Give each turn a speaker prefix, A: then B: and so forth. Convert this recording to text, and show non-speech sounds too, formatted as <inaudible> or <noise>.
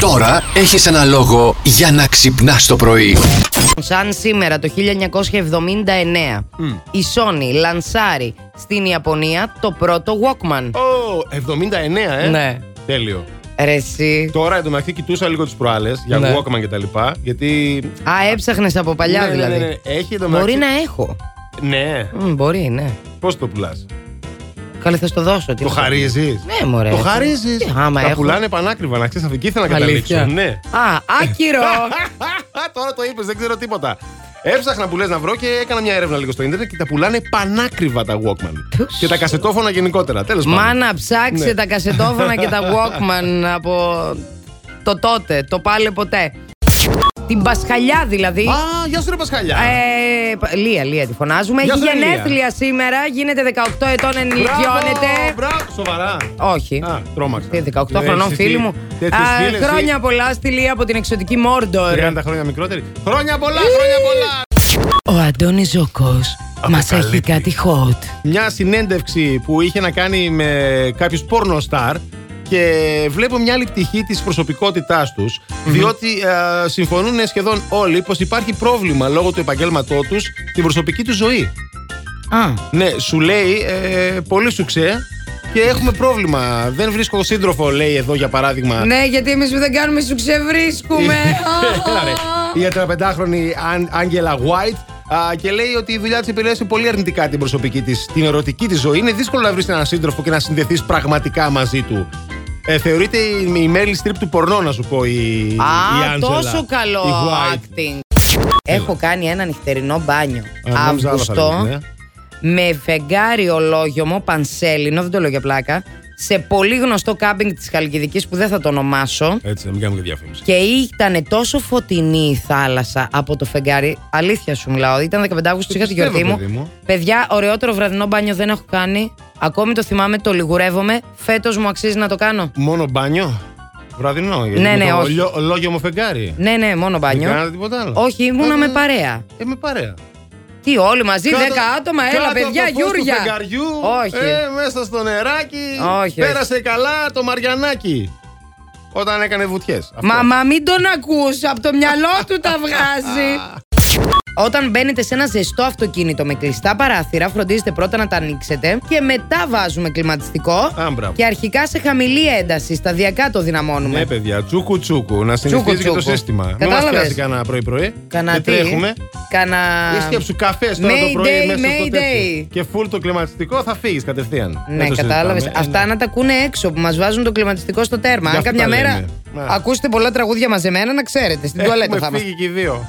A: Τώρα έχεις ένα λόγο για να ξυπνάς το πρωί.
B: Σαν σήμερα το 1979 η Sony λανσάρει στην Ιαπωνία το πρώτο Walkman.
C: Ω, 79, ε.
B: Ναι.
C: Τέλειο.
B: Ρε εσύ.
C: Τώρα εντωμεταξύ κοιτούσα λίγο τις προάλλες για
D: Ναι.
C: Walkman και τα λοιπά. Γιατί.
B: Α, έψαχνες από παλιά
C: Ναι, ναι,
B: δηλαδή.
C: ναι, ναι. Έχει εντωμεταξύ.
B: Μπορεί να έχω.
C: Ναι.
B: Μμ, μπορεί, ναι.
C: Πώς το πουλάς.
B: Καλά, θα στο δώσω. τι
C: Το
B: να
C: χαρίζεις.
B: Ναι, μωρέ.
C: Το χαρίζεις.
B: Τι, άμα
C: Τα
B: έχω.
C: πουλάνε πανάκριβα, να ξέρεις. Εκεί ήθελα να
D: Αλήθεια.
C: καταλήξω. Ναι.
B: Α,
C: <laughs>
B: άκυρο!
C: Τώρα το είπες, δεν ξέρω τίποτα. Έψαχνα που λες να βρω και έκανα μια έρευνα λίγο στο ίντερνετ και τα πουλάνε πανάκριβα τα Walkman.
B: Ποιος?
C: και τα κασετόφωνα γενικότερα. Τέλος πάντων.
B: Μάνα, ψάξε
C: Ναι.
B: τα κασετόφωνα
C: <laughs>
B: και τα Walkman από το τότε, το πάλι ποτέ. Την Πασχαλιά δηλαδή.
C: Α, γεια σου ρε Πασχαλιά.
B: Ε, πα- Λία, Λία τη φωνάζουμε.
C: Γεια
B: Έχει
C: σου, Λία.
B: γενέθλια σήμερα, γίνεται 18 ετών,
C: Μπράβο,
B: ενηλικιώνεται.
C: Μπράβο, σοβαρά.
B: Όχι.
C: Α, τρόμαξα.
B: Τι, 18 χρονών
C: Έχεις
B: φίλη
C: εσύ
B: μου.
C: τέτοιες
B: Α,
C: φίλες, ε. εσύ.
B: χρόνια πολλά στη Λία από την εξωτική Μόρντορ.
C: 30 χρόνια μικρότερη. Χρόνια πολλά, χρόνια πολλά.
B: Ο Αντώνης Ζωκός μας έχει
C: Αποκαλύπτει.
B: κάτι hot.
C: Μια συνέντευξη που είχε να κάνει με κάποιους πόρνο στάρ και βλέπω μια άλλη πτυχή της προσωπικότητάς τους διότι α, συμφωνούν σχεδόν όλοι πως υπάρχει πρόβλημα λόγω του επαγγέλματό τους στην προσωπική τους ζωή.
B: Α,
C: Ναι, σου λέει ε, πολύ σου ξέ και έχουμε πρόβλημα. Δεν βρίσκω σύντροφο, λέει εδώ για παράδειγμα.
B: ναι, γιατί εμείς που δεν κάνουμε σου ξεβρίσκουμε.
C: Έλα, ρε. Η 35χρονη Αν- Άγγελα White α, και λέει ότι η δουλειά της επηρέασε πολύ αρνητικά την προσωπική της, την ερωτική της ζωή. Είναι δύσκολο να βρεις έναν σύντροφο και να συνδεθείς πραγματικά μαζί του. Ε, θεωρείται η, η Meryl Streep του πορνό, να σου πω, η, η
B: Α,
C: Angela,
B: τόσο καλό
C: Η White. Ε.
B: acting. Έχω κάνει ένα νυχτερινό μπάνιο.
C: Α, νόμιζα άλλο θα
B: Αύγουστο.
C: λέγαμε, ε.
B: με φεγγάρι ολόγιομο, πανσέλινο, δεν το λέω για πλάκα, σε πολύ γνωστό κάμπινγκ της Χαλκιδικής που δεν θα το ονομάσω.
C: Έτσι, να μην κάνουμε και διαφήμιση.
B: Και ήταν τόσο φωτεινή η θάλασσα από το φεγγάρι. Αλήθεια σου μιλάω. Ήταν 15 Αύγουστο,
C: Το
B: είχα τη
C: πιστεύω,
B: γιορτή μου.
C: παιδί μου.
B: Παιδιά, ωραιότερο βραδινό μπάνιο δεν έχω κάνει. Ακόμη το θυμάμαι, το λιγουρεύομαι. Φέτος μου αξίζει να το κάνω.
C: Μόνο μπάνιο. Βραδινό. γιατί
B: Ναι,
C: με
B: ναι,
C: το
B: όχι.
C: λιο- Λόγιο μου φεγγάρι.
B: Ναι, ναι, μόνο
C: Δεν
B: μπάνιο.
C: κάνατε τίποτα άλλο.
B: Όχι, ήμουνα
C: Ε,
B: με παρέα.
C: Ε, με παρέα.
B: Τι, όλοι μαζί, 10
C: Κάτω-
B: άτομα,
C: κάτω
B: έλα
C: από
B: παιδιά,
C: το φως του
B: Γιούρια.
C: φεγγαριού,
B: Όχι.
C: Ε, μέσα στο νεράκι.
B: Όχι,
C: Πέρασε καλά το Μαριανάκι. Όταν έκανε βουτιές.
B: Μα, μα μην τον ακούς, από το μυαλό του τα βγάζει. <laughs> Όταν μπαίνετε σε ένα ζεστό αυτοκίνητο με κλειστά παράθυρα, φροντίζετε πρώτα να τα ανοίξετε και μετά βάζουμε κλιματιστικό.
C: Α, μπράβο.
B: και αρχικά σε χαμηλή ένταση, σταδιακά το δυναμώνουμε.
C: Ναι, παιδιά, τσούκου τσούκου. Να συνηθίζει και το
B: τσούκου.
C: σύστημα. Μην μας
B: Κατάλαβες.
C: πιάσει κανένα πρωί-πρωί.
B: Κανα
C: Δεν
B: τι,
C: τρέχουμε.
B: Κανα...
C: Και σκέψου καφές τώρα το
B: Mayday,
C: πρωί μέσα στο
B: Mayday.
C: τέτοιο. Και full το κλιματιστικό θα φύγεις κατευθείαν.
B: Ναι,
C: Δεν το
B: κατάλαβες.
C: συζητάμε. Ε, ναι.
B: Αυτά να τα ακούνε έξω που μας βάζουν το κλιματιστικό στο τέρμα. Αν
C: Γι' αυτό
B: κάποια
C: τα
B: μέρα
C: λέμε. Ναι.
B: ακούσετε πολλά τραγούδια μαζεμένα, να ξέρετε. Στην τουαλέτα θα
C: Έχουμε
B: είμαστε.
C: φύγει και οι δύο.